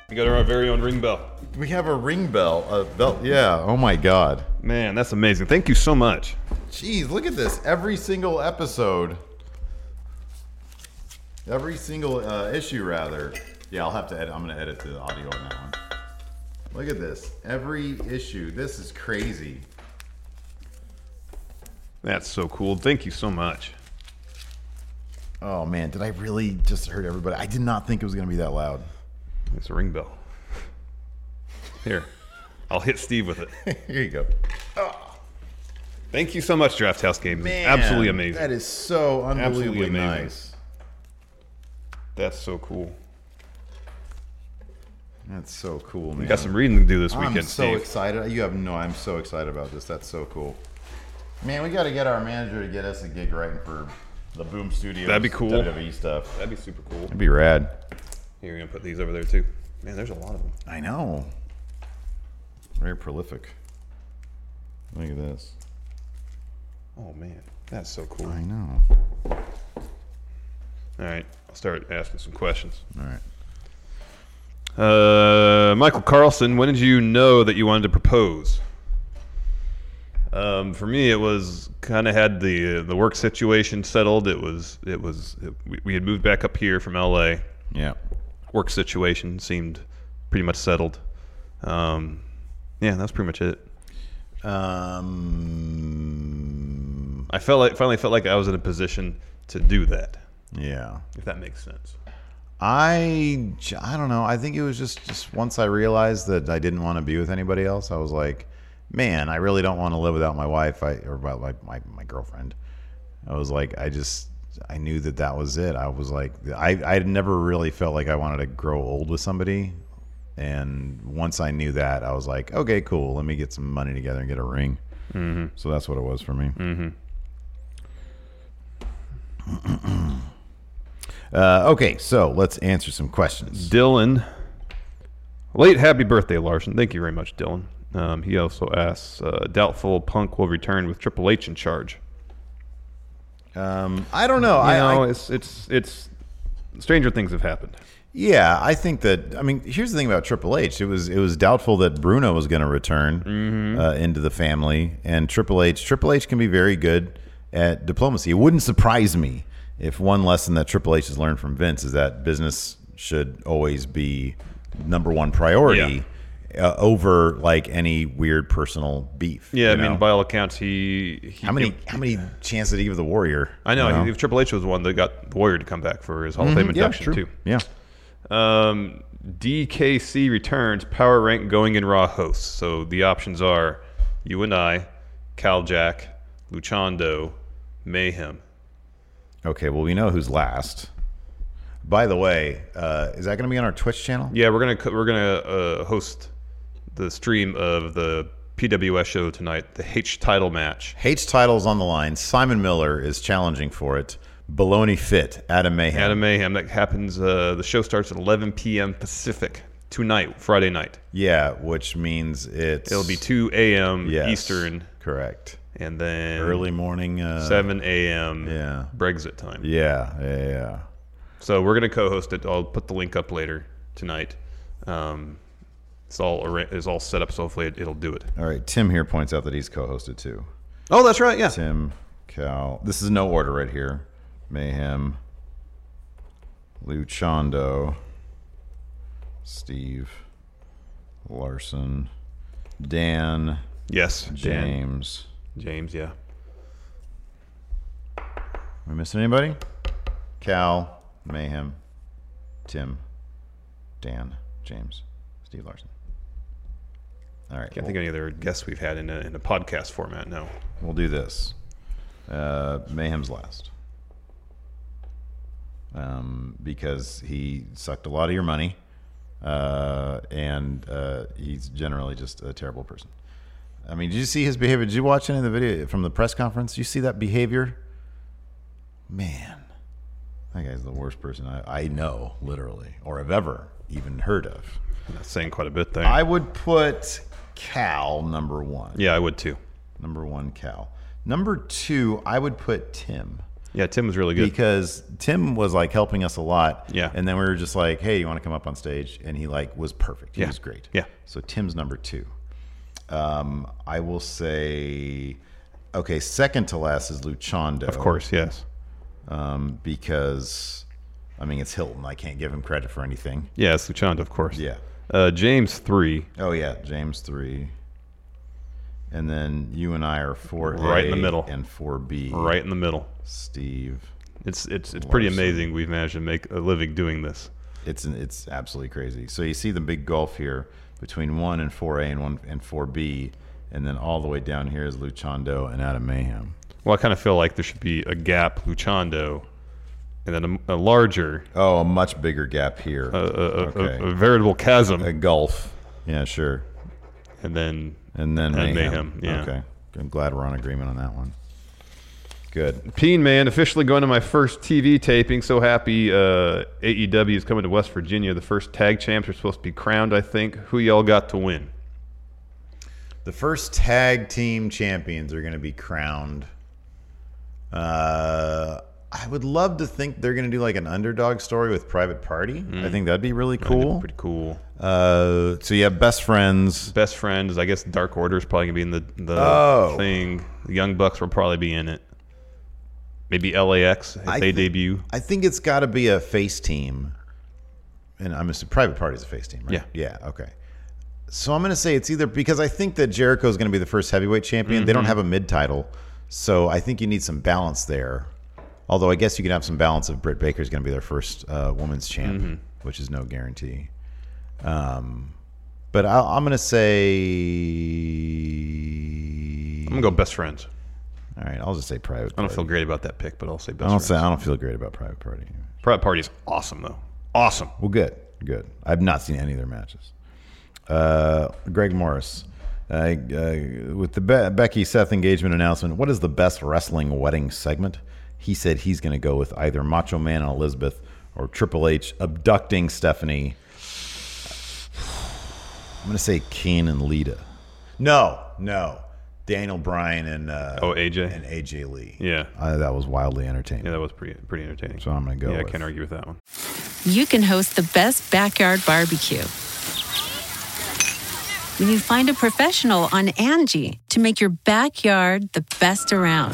We got our very own ring bell. We have a ring bell, a belt. Yeah. Oh my god. Man, that's amazing. Thank you so much. Jeez, look at this. Every single episode, every single uh, issue, rather. Yeah, I'll have to edit. I'm going to edit the audio on that one. Look at this. Every issue. This is crazy. That's so cool. Thank you so much. Oh, man. Did I really just hurt everybody? I did not think it was going to be that loud. It's a ring bell. Here. I'll hit Steve with it. Here you go. Thank you so much, Draft House Games. Man, Absolutely amazing. That is so unbelievably amazing. nice. That's so cool. That's so cool, man. We got some reading to do this I'm weekend, so Steve. excited. You have no. I'm so excited about this. That's so cool. Man, we got to get our manager to get us a gig writing for the Boom Studios. That'd be cool. WWE stuff. That'd be super cool. That'd be rad. Here, you're gonna put these over there too. Man, there's a lot of them. I know. Very prolific. Look at this. Oh man, that's so cool. I All know. right, I'll start asking some questions. All right. Uh, Michael Carlson, when did you know that you wanted to propose? Um, for me, it was kind of had the the work situation settled. It was it was it, we, we had moved back up here from LA. Yeah. Work situation seemed pretty much settled. Um, yeah, that's pretty much it. Um. I felt like finally felt like I was in a position to do that, Yeah. if that makes sense. I j- I don't know. I think it was just just once I realized that I didn't want to be with anybody else, I was like, man, I really don't want to live without my wife I, or my, my my my girlfriend. I was like, I just I knew that that was it. I was like, I I had never really felt like I wanted to grow old with somebody. And once I knew that, I was like, okay, cool. Let me get some money together and get a ring. Mm-hmm. So that's what it was for me. Uh, okay, so let's answer some questions. Dylan. Late happy birthday, Larson. Thank you very much, Dylan. Um, he also asks, uh, doubtful Punk will return with Triple H in charge. Um, I don't know. You I, I know, it's it's it's Stranger Things have happened. Yeah, I think that. I mean, here's the thing about Triple H. It was it was doubtful that Bruno was going to return Mm-hmm. uh, into the family, and Triple H. Triple H can be very good at diplomacy. It wouldn't surprise me if one lesson that Triple H has learned from Vince is that business should always be number one priority uh, over like any weird personal beef. Yeah, you I mean, know? by all accounts, he, he how many how many chances did he give the Warrior? I know, you If Triple H was the one that got the Warrior to come back for his Hall of Fame Mhm, yeah, induction true. too. Yeah. Um, DKC returns power rank going in raw hosts. So the options are you and I, Cal Jack, Luchando, Mayhem. Okay, well, we know who's last. By the way, uh, is that going to be on our Twitch channel? Yeah, we're gonna co- we're gonna uh, host the stream of the PWS show tonight, the H title match. Hates titles on the line. Simon Miller is challenging for it. Baloney fit. Adam Mayhem. Adam Mayhem that happens. Uh, the show starts at 11 p.m. Pacific tonight, Friday night. Yeah, which means it's It'll be 2 a.m. Yes, Eastern, correct. and then Early morning. Uh, 7 a.m. Yeah. Brexit time. Yeah, yeah, yeah. So we're gonna co-host it. I'll put the link up later tonight. Um, it's all arra- it's all set up, so hopefully it, it'll do it. All right. Tim here points out that he's co-hosted too. Oh, that's right. Yeah. Tim, Cal. This is no order right here. Mayhem, Luchando, Steve, Larson, Dan, Yes. Dan. James. James. Yeah. Am I missing anybody? Cal, Mayhem, Tim, Dan, James, Steve Larson. All right. Can't think of any other guests we've had in a, in a podcast format. No. We'll do this. Uh, Mayhem's last. Um, because he sucked a lot of your money. Uh, and uh, he's generally just a terrible person. I mean, did you see his behavior? Did you watch any of the video from the press conference? You see that behavior? Man, that guy's the worst person I, I know, literally, or have ever even heard of. That's saying quite a bit there. I would put Cal number one. yeah, I would too. Number one, Cal. Number two, I would put Tim Yeah, Tim was really good. because Tim was like helping us a lot. Yeah. And then we were just like, hey, you want to come up on stage? And he like was perfect. He Yeah. was great. Yeah. So Tim's number two. Um, I will say, okay, second to last is Luchando. of course, yes. Um, because, I mean, it's Hilton. I can't give him credit for anything. Yes, Luchando, of course. Yeah. Uh, James three, Oh, yeah. James three. And then you and I are 4A Right in the middle. and 4B. right in the middle. Steve. It's it's it's pretty Larson. amazing we've managed to make a living doing this. It's an, it's absolutely crazy. So you see the big gulf here between one and four A and one and four B, and then all the way down here is Luchando and Adam Mayhem. Well, I kind of feel like there should be a gap, Luchando, and then a, a larger, Oh, a much bigger gap here. a, a, a- okay, a, a veritable chasm, a gulf. Yeah, sure. and then And then And Mayhem. Mayhem, yeah. Okay, I'm glad we're on agreement on that one. Good. Peen Man officially going to my first TV taping. So happy uh, AEW is coming to West Virginia. The first tag champs are supposed to be crowned, I think. Who y'all got to win? The first tag team champions are going to be crowned. Uh, I would love to think they're going to do like an underdog story with Private Party. I think that'd be really cool. Mm. Pretty cool. Uh, so you have best friends. Best friends, I guess. Dark Order is probably gonna be in the the Oh. thing. The Young Bucks will probably be in it. Maybe LAX if I they thi- debut. I think it's got to be a face team, and I'm assuming private party's a face team, right? Yeah. yeah, okay. So I'm going to say it's either because I think that Jericho is going to be the first heavyweight champion. Mm-hmm. They don't have a mid title, so I think you need some balance there. Although I guess you can have some balance if Britt Baker is going to be their first uh, women's champ, Mm-hmm. which is no guarantee. Um, but I'll, I'm going to say. I'm gonna go best friends. All right, I'll just say private. I don't Party. feel great about that pick, but I'll say I best don't friends. say I don't feel great about Private Party. Private Party's awesome though. Awesome. Well, good, good. I've not seen any of their matches. Uh, Greg Morris, uh, uh, with the Be- Becky Seth engagement announcement, what is the best wrestling wedding segment? He said he's going to go with either Macho Man and Elizabeth or Triple H abducting Stephanie. I'm going to say Kane and Lita. No, no, Daniel Bryan and uh, Oh, AJ? and AJ Lee. Yeah. Uh, that was wildly entertaining. Yeah, that was pretty pretty entertaining. So I'm gonna go Yeah, with- I can't argue with that one. you can host the best backyard barbecue. When you find a professional on Angie to make your backyard the best around.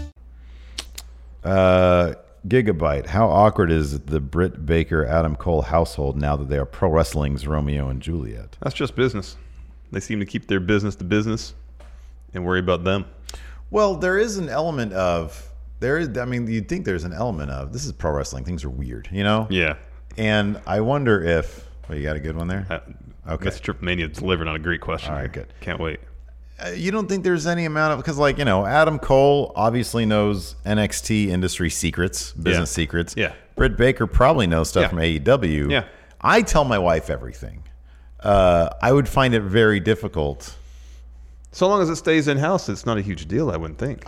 Uh, Gigabyte, how awkward is the Britt Baker Adam Cole household now that they are pro wrestling's Romeo and Juliet? That's just business. They seem to keep their business to business and worry about them. Well, there is an element of there. is- I mean, you'd think there's an element of this is pro wrestling. Things are weird, you know. Yeah. And I wonder if. Well, you got a good one Uh, there. Okay. That's Trip Mania delivered on a great question. All right, good. Can't wait. Uh, you don't think there's any amount of because like you know adam cole obviously knows nxt industry secrets business Yeah. secrets Yeah. britt baker probably knows stuff Yeah. from aew Yeah. i tell my wife everything uh, i would find it very difficult So long as it stays in house, it's not a huge deal, I wouldn't think.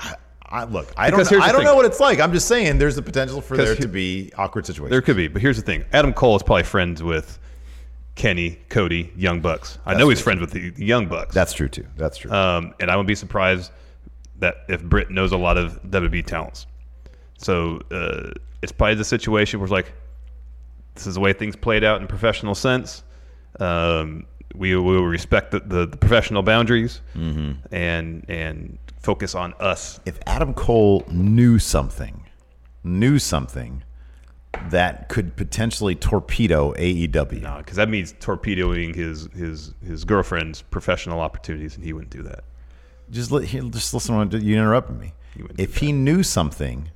I, look, I Because don't, here's I the don't thing. know what it's like i'm just saying there's the potential for 'Cause there he- to be awkward situations There could be, but here's the thing: Adam Cole is probably friends with Kenny, Cody, Young Bucks. I That's know he's true. friends with the, the Young Bucks. that's true too that's true Um, and I wouldn't be surprised that if Britt knows a lot of WWE talents. So uh, it's probably the situation where it's like, this is the way things played out in a professional sense. Um, we we will respect the, the, the professional boundaries and and focus on us. if Adam Cole knew something, knew something that could potentially torpedo E AEW. because Uh, that means torpedoing his his his girlfriend's professional opportunities, and he wouldn't do that. Just li- here, just listen. to- You interrupted me. If he knew something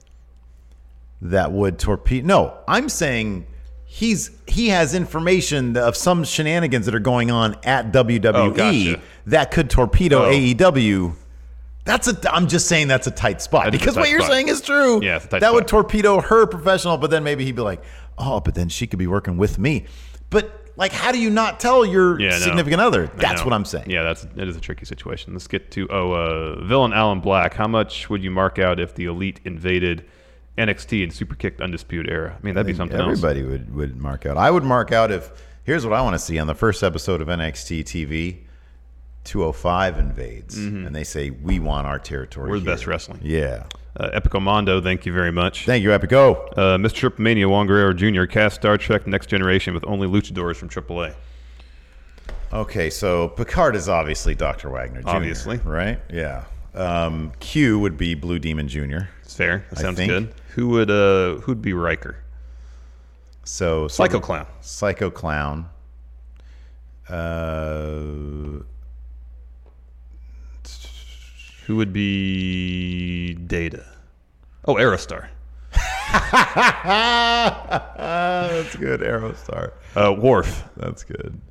that would torpedo, no, I'm saying he's he has information of some shenanigans that are going on at WWE Oh, gotcha. that could torpedo Oh. AEW. That's a. I'm just saying that's a tight spot That is a because what tight you're spot. saying is true. Yeah, it's a that tight would torpedo her professional, but then maybe he'd be like, "Oh, but then she could be working with me." But like, how do you not tell your Yeah, I know. significant other? I That's know. what I'm saying. Yeah, that's that is a tricky situation. Let's get to oh, uh, villain Alan Black. How much would you mark out if the elite invaded NXT and super kicked Undisputed Era? I mean, that'd be something Everybody would would mark out. I would mark out if here's what I want to see on the first episode of NXT TV. 205 invades and they say we want our territory. Mm-hmm. We're the here." best wrestling. Yeah. else. Uh, Epico Mondo, thank you very much. Thank you, Epico. Uh, Mr. Triple Mania Juan Guerrero Jr. cast Star Trek Next Generation with only luchadors from AAA. Okay, so Picard is obviously Dr. Wagner Jr., Obviously. right? Yeah. Um, Q would be Blue Demon Jr. It's fair. That I sounds think. good. Who would uh who'd be Riker? So so- Psycho Clown. Psycho Clown. Uh, Who would be Data? Oh, Aerostar. that's good, Aerostar. Uh, Worf. That's good.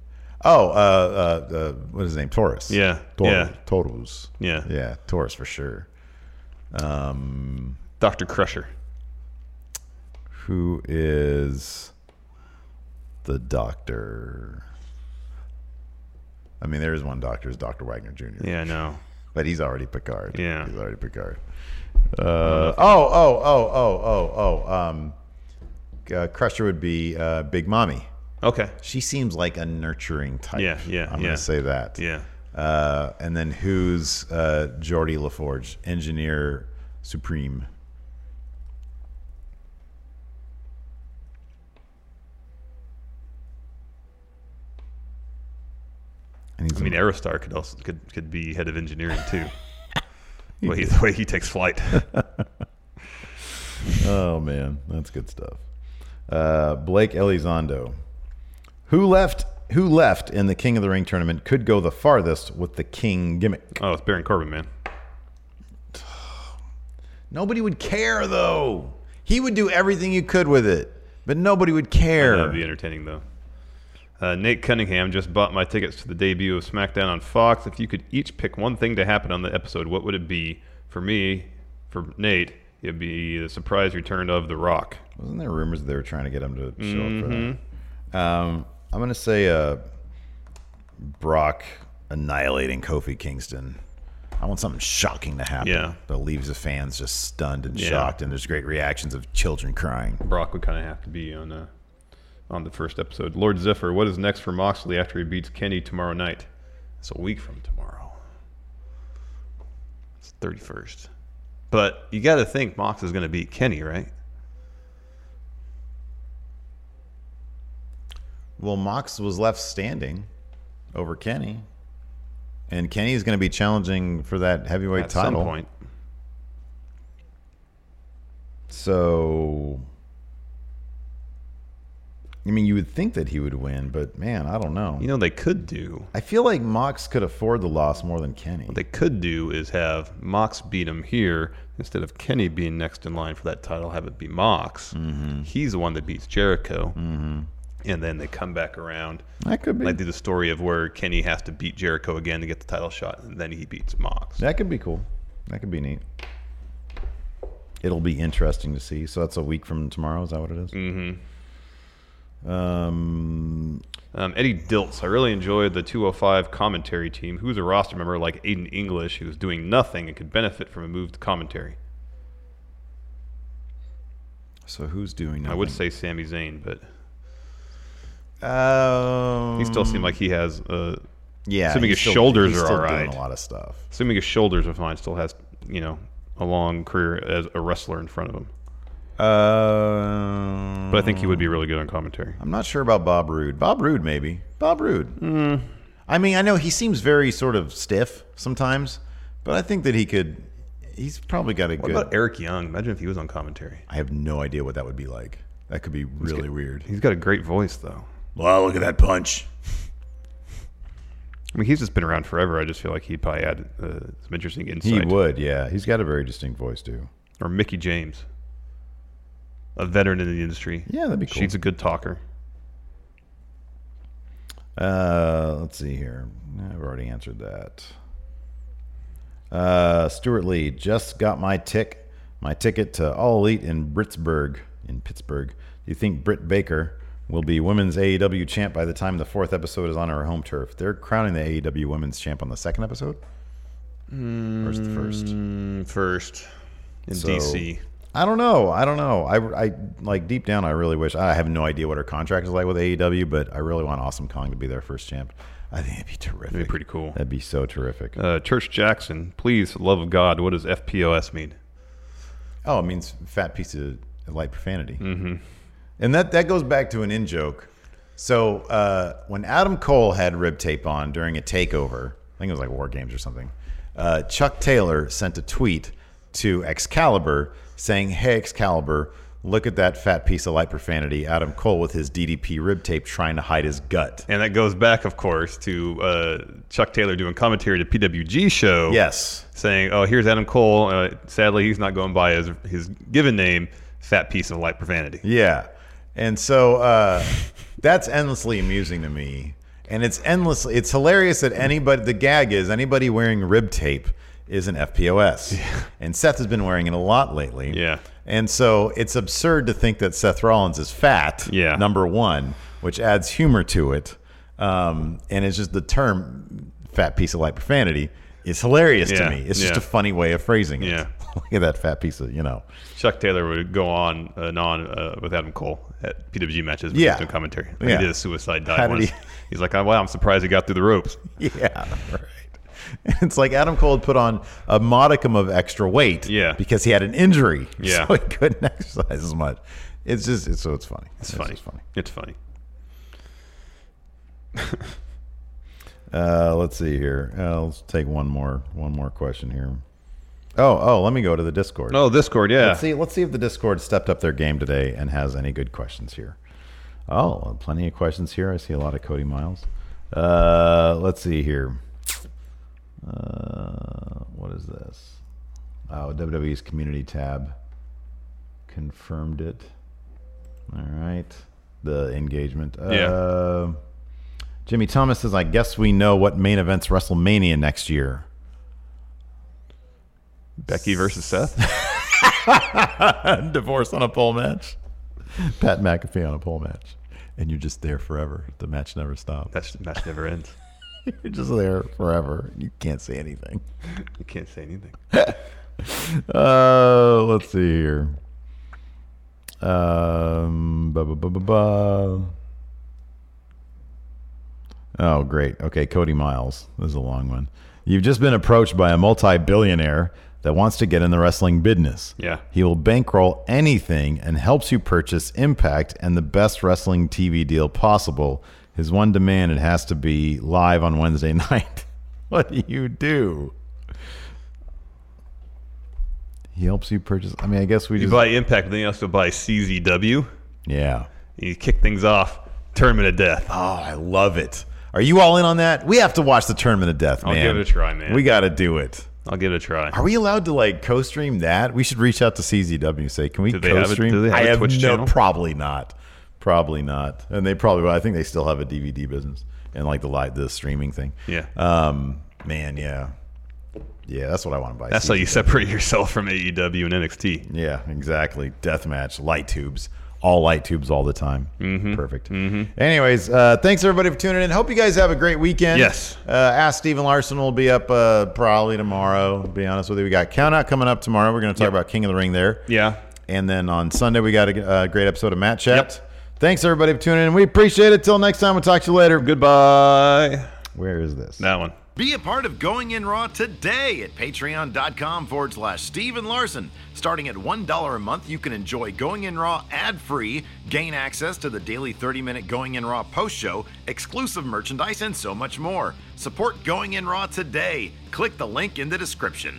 Oh, uh, uh, uh, what is his name? Taurus. Yeah, Taurus. yeah. Taurus. Yeah. Yeah. Taurus for sure. Um, Doctor Crusher. who is the doctor? I mean, there is one doctor. Is Doctor Wagner Jr. Yeah, I know. But he's already Picard. Yeah. He's already Picard. Uh, oh, oh, oh, oh, oh, oh. Um, uh, Crusher would be uh, Big Mommy. Okay. She seems like a nurturing type. Yeah, yeah, I'm yeah. gonna say that. Yeah. Uh, and then who's uh, Jordi LaForge, engineer supreme? And he's I mean, Aerostar could also could could be head of engineering too. Well, the way he takes flight. oh man, that's good stuff. Uh, Blake Elizondo, who left? Who left in the King of the Ring tournament could go the farthest with the King gimmick. oh, it's Baron Corbin, man. Nobody would care though. He would do everything you could with it, but nobody would care. That'd be entertaining though. Uh, Nate Cunningham just bought my tickets to the debut of SmackDown on Fox. If you could each pick one thing to happen on the episode, what would it be? For me, for Nate, it'd be the surprise return of The Rock. Wasn't there rumors they were trying to get him to show Mhm. up for that? Um, I'm gonna say uh, Brock annihilating Kofi Kingston. I want something shocking to happen. Yeah. That leaves the fans just stunned and Yeah. shocked, and there's great reactions of children crying. Brock would kind of have to be on uh, on the first episode. Lord Zephyr, what is next for Moxley after he beats Kenny tomorrow night? It's a week from tomorrow. It's thirty first. But you got to think Mox is going to beat Kenny, right? Well, Mox was left standing over Kenny, and Kenny's going to be challenging for that heavyweight At some title point. So, I mean, you would think that he would win, but man, I don't know. You know, they could do. I feel like Mox could afford the loss more than Kenny. What they could do is have Mox beat him here instead of Kenny being next in line for that title. Have it be Mox. He's the one that beats Jericho, mm-hmm. and then they come back around. That could be. Like do the story of where Kenny has to beat Jericho again to get the title shot, and then he beats Mox. That could be cool. That could be neat. It'll be interesting to see. So that's a week from tomorrow. Is that what it is? Mm-hmm. Um, Um, Eddie Diltz, I really enjoyed the 205 commentary team. Who's a roster member like Aiden English who's doing nothing and could benefit from a move to commentary? so who's doing? I would say Sami Zayn, but Um, he still seemed like he has. Uh, Yeah, assuming he's his still- shoulders he's are still all doing right. a lot of stuff. Assuming his shoulders are fine, still has you know a long career as a wrestler in front of him. Uh, But I think he would be really good on commentary. I'm not sure about Bob Roode. Bob Roode, maybe. Bob Roode. Hmm. I mean, I know he seems very sort of stiff sometimes, but I think that he could. He's probably got a What good. about Eric Young? Imagine if he was on commentary. I have no idea what that would be like. That could be really weird. He's got a great voice, though. Wow, look at that punch. I mean, he's just been around forever. I just feel like he'd probably add uh, some interesting He insight. would, yeah. He's got a very distinct voice too. Or Mickey James, a veteran in the industry. Yeah, that'd be cool. She's a good talker. Uh, let's see here. No, I've already answered that. Uh, Stuart Lee just got my tick, my ticket to All Elite in Pittsburgh. In Pittsburgh, do you think Britt Baker will be women's AEW champ by the time the fourth episode is on her home turf? They're crowning the AEW women's champ on the second episode. First, the first, first in So, DC. I don't know. I don't know. I, I like deep down. I really wish. I have no idea what her contract is like with AEW, but I really want Awesome Kong to be their first champ. I think it'd be terrific. That'd be pretty cool. That'd be so terrific. Uh, Church Jackson, please, for the love of God, what does FPOS mean? Oh, it means fat piece of light profanity. Mm-hmm. And that that goes back to an in joke. So uh, when Adam Cole had rib tape on during a takeover, I think it was like War Games or something. Uh, Chuck Taylor sent a tweet to Excalibur saying, "Hey Excalibur, look at that fat piece of light profanity." Adam Cole with his DDP rib tape trying to hide his gut. And that goes back, of course, to uh, Chuck Taylor doing commentary to PWG show. Yes. Saying, oh, here's Adam Cole. Uh, sadly, he's not going by his, his given name, Fat Piece of Light Profanity. Yeah. And so uh, that's endlessly amusing to me. And it's endlessly, it's hilarious that anybody, the gag is anybody wearing rib tape is an FPOS. And Seth has been wearing it a lot lately. Yeah. And so it's absurd to think that Seth Rollins is fat, Yeah. number one, which adds humor to it. Um, and it's just the term fat piece of light profanity is hilarious Yeah, to me. It's just yeah. a funny way of phrasing it. Yeah. Look at that fat piece of, you know. Chuck Taylor would go on and on uh, with Adam Cole at PWG matches with Yeah. his own commentary. Like Yeah. He did a suicide dive How did once. he- He's like, oh, wow, I'm surprised he got through the ropes. Yeah, right. It's like Adam Cole had put on a modicum of extra weight, Yeah. because he had an injury, Yeah. so he couldn't exercise as much. It's just, it's so it's funny. It's, funny. just funny. It's funny. Uh, let's see here. Uh, let's take one more, one more question here. Oh, oh, let me go to the Discord. Oh, Discord, yeah. Let's see, let's see if the Discord stepped up their game today and has any good questions here. Oh, plenty of questions here. I see a lot of Cody Miles. Uh, let's see here. Uh, what is this? Uh, WWE's community tab confirmed it. All right. The engagement. Yeah. Uh, Jimmy Thomas says, I guess we know what main events WrestleMania next year. Becky versus Seth? Divorce on a pole match. Pat McAfee on a pole match. And you're just there forever. The match never stops. That match never ends. You're just there forever. You can't say anything. You can't say anything. Uh, let's see here. Um, ba ba ba ba ba. Oh, great. Okay, Cody Miles. This is a long one. You've just been approached by a multi billionaire that wants to get in the wrestling business. Yeah. He will bankroll anything and helps you purchase Impact and the best wrestling TV deal possible. His one demand it has to be live on Wednesday night. what do you do? He helps you purchase. I mean, I guess we You just buy Impact, then you also buy CZW. yeah. You kick things off. Tournament of Death. Oh, I love it. Are you all in on that? We have to watch the tournament of death, I'll man. give it a try, man. We got to do it. I'll give it a try. Are we allowed to like co-stream that? We should reach out to CZW and say, "Can we Do they have a- co-stream?" do they have I a have Twitch no, channel? probably not, probably not. And they probably, well, I think they still have a DVD business and like the live the streaming thing. Yeah. Um, man, yeah, yeah. That's what I want to buy. That's how you CZW. separate yourself from AEW and NXT. Yeah, exactly. Deathmatch, light tubes, all light tubes all the time. Mm-hmm. Perfect. Anyways, uh, thanks everybody for tuning in. Hope you guys have a great weekend. Yes. Uh, Ask Stephen Larson will be up uh, probably tomorrow. To be honest with you, we got Count Out coming up tomorrow. We're going to talk about King of the Ring there, Yeah. and then on Sunday we got a uh, great episode of Matt Chat. Thanks everybody for tuning in. We appreciate it. Till next time, we'll talk to you later. Goodbye. Where is this? That one. Be a part of Going In Raw today at patreon.com forward slash Steven Larson. Starting at $1 a month, you can enjoy Going In Raw ad free, gain access to the daily 30 minute Going In Raw post show, exclusive merchandise, and so much more. Support Going In Raw today. Click the link in the description.